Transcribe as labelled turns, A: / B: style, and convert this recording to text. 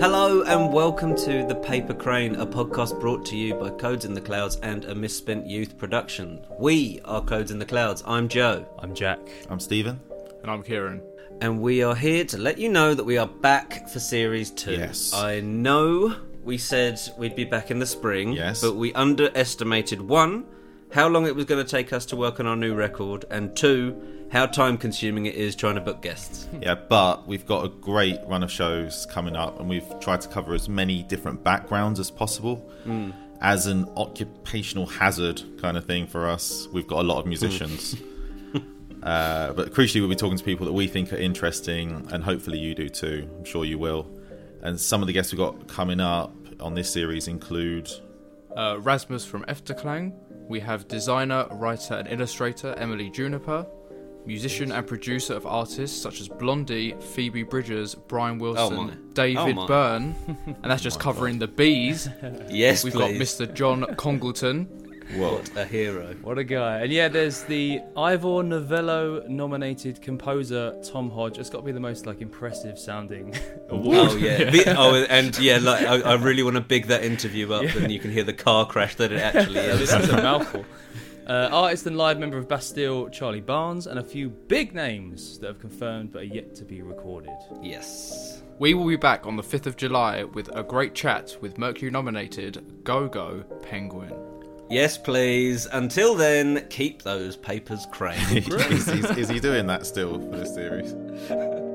A: Hello and welcome to The Paper Crane, a podcast brought to you by Codes in the Clouds and a Misspent Youth production. We are Codes in the Clouds. I'm Joe,
B: I'm Jack.
C: I'm Stephen.
D: And I'm Kieran.
A: and we are here to let you know that we are back for series two.
C: Yes.
A: I know we said we'd be back in the spring,
C: Yes.
A: but we underestimated one, how long it was going to take us to work on our new record, and two, how time consuming it is trying to book guests.
C: Yeah, but we've got a great run of shows coming up, and we've tried to cover as many different backgrounds as possible. As an occupational hazard kind of thing for us, we've got a lot of musicians. uh, but crucially, we'll be talking to people that we think are interesting, and hopefully, you do too. I'm sure you will. And some of the guests we've got coming up on this series include
D: Uh, Rasmus from Efterklang. We have designer, writer, and illustrator Emily Juniper. Musician and producer of artists such as Blondie, Phoebe Bridgers, Brian Wilson,
A: my. Oh,
D: David
A: my.
D: Byrne, and that's just covering the bees.
A: Yes,
D: We've got
A: please.
D: Mr. John Congleton.
C: What?
A: a hero.
B: What a guy. And yeah, there's the Ivor Novello nominated composer Tom Hodge. It's got to be the most like impressive sounding.
A: Oh yeah. The- oh, and yeah, like I, I really want to big that interview up, and you can hear the car crash that it actually is.
B: this is a mouthful. Uh, artist and live member of Bastille, Charlie Barnes, and a few big names that have confirmed but are yet to be recorded.
A: yes.
D: We will be back on the 5th of July with a great chat with Mercury nominated Go Go Penguin.
A: Yes, please. Until then, keep those papers crank.
C: is, he, is he doing that still for this series?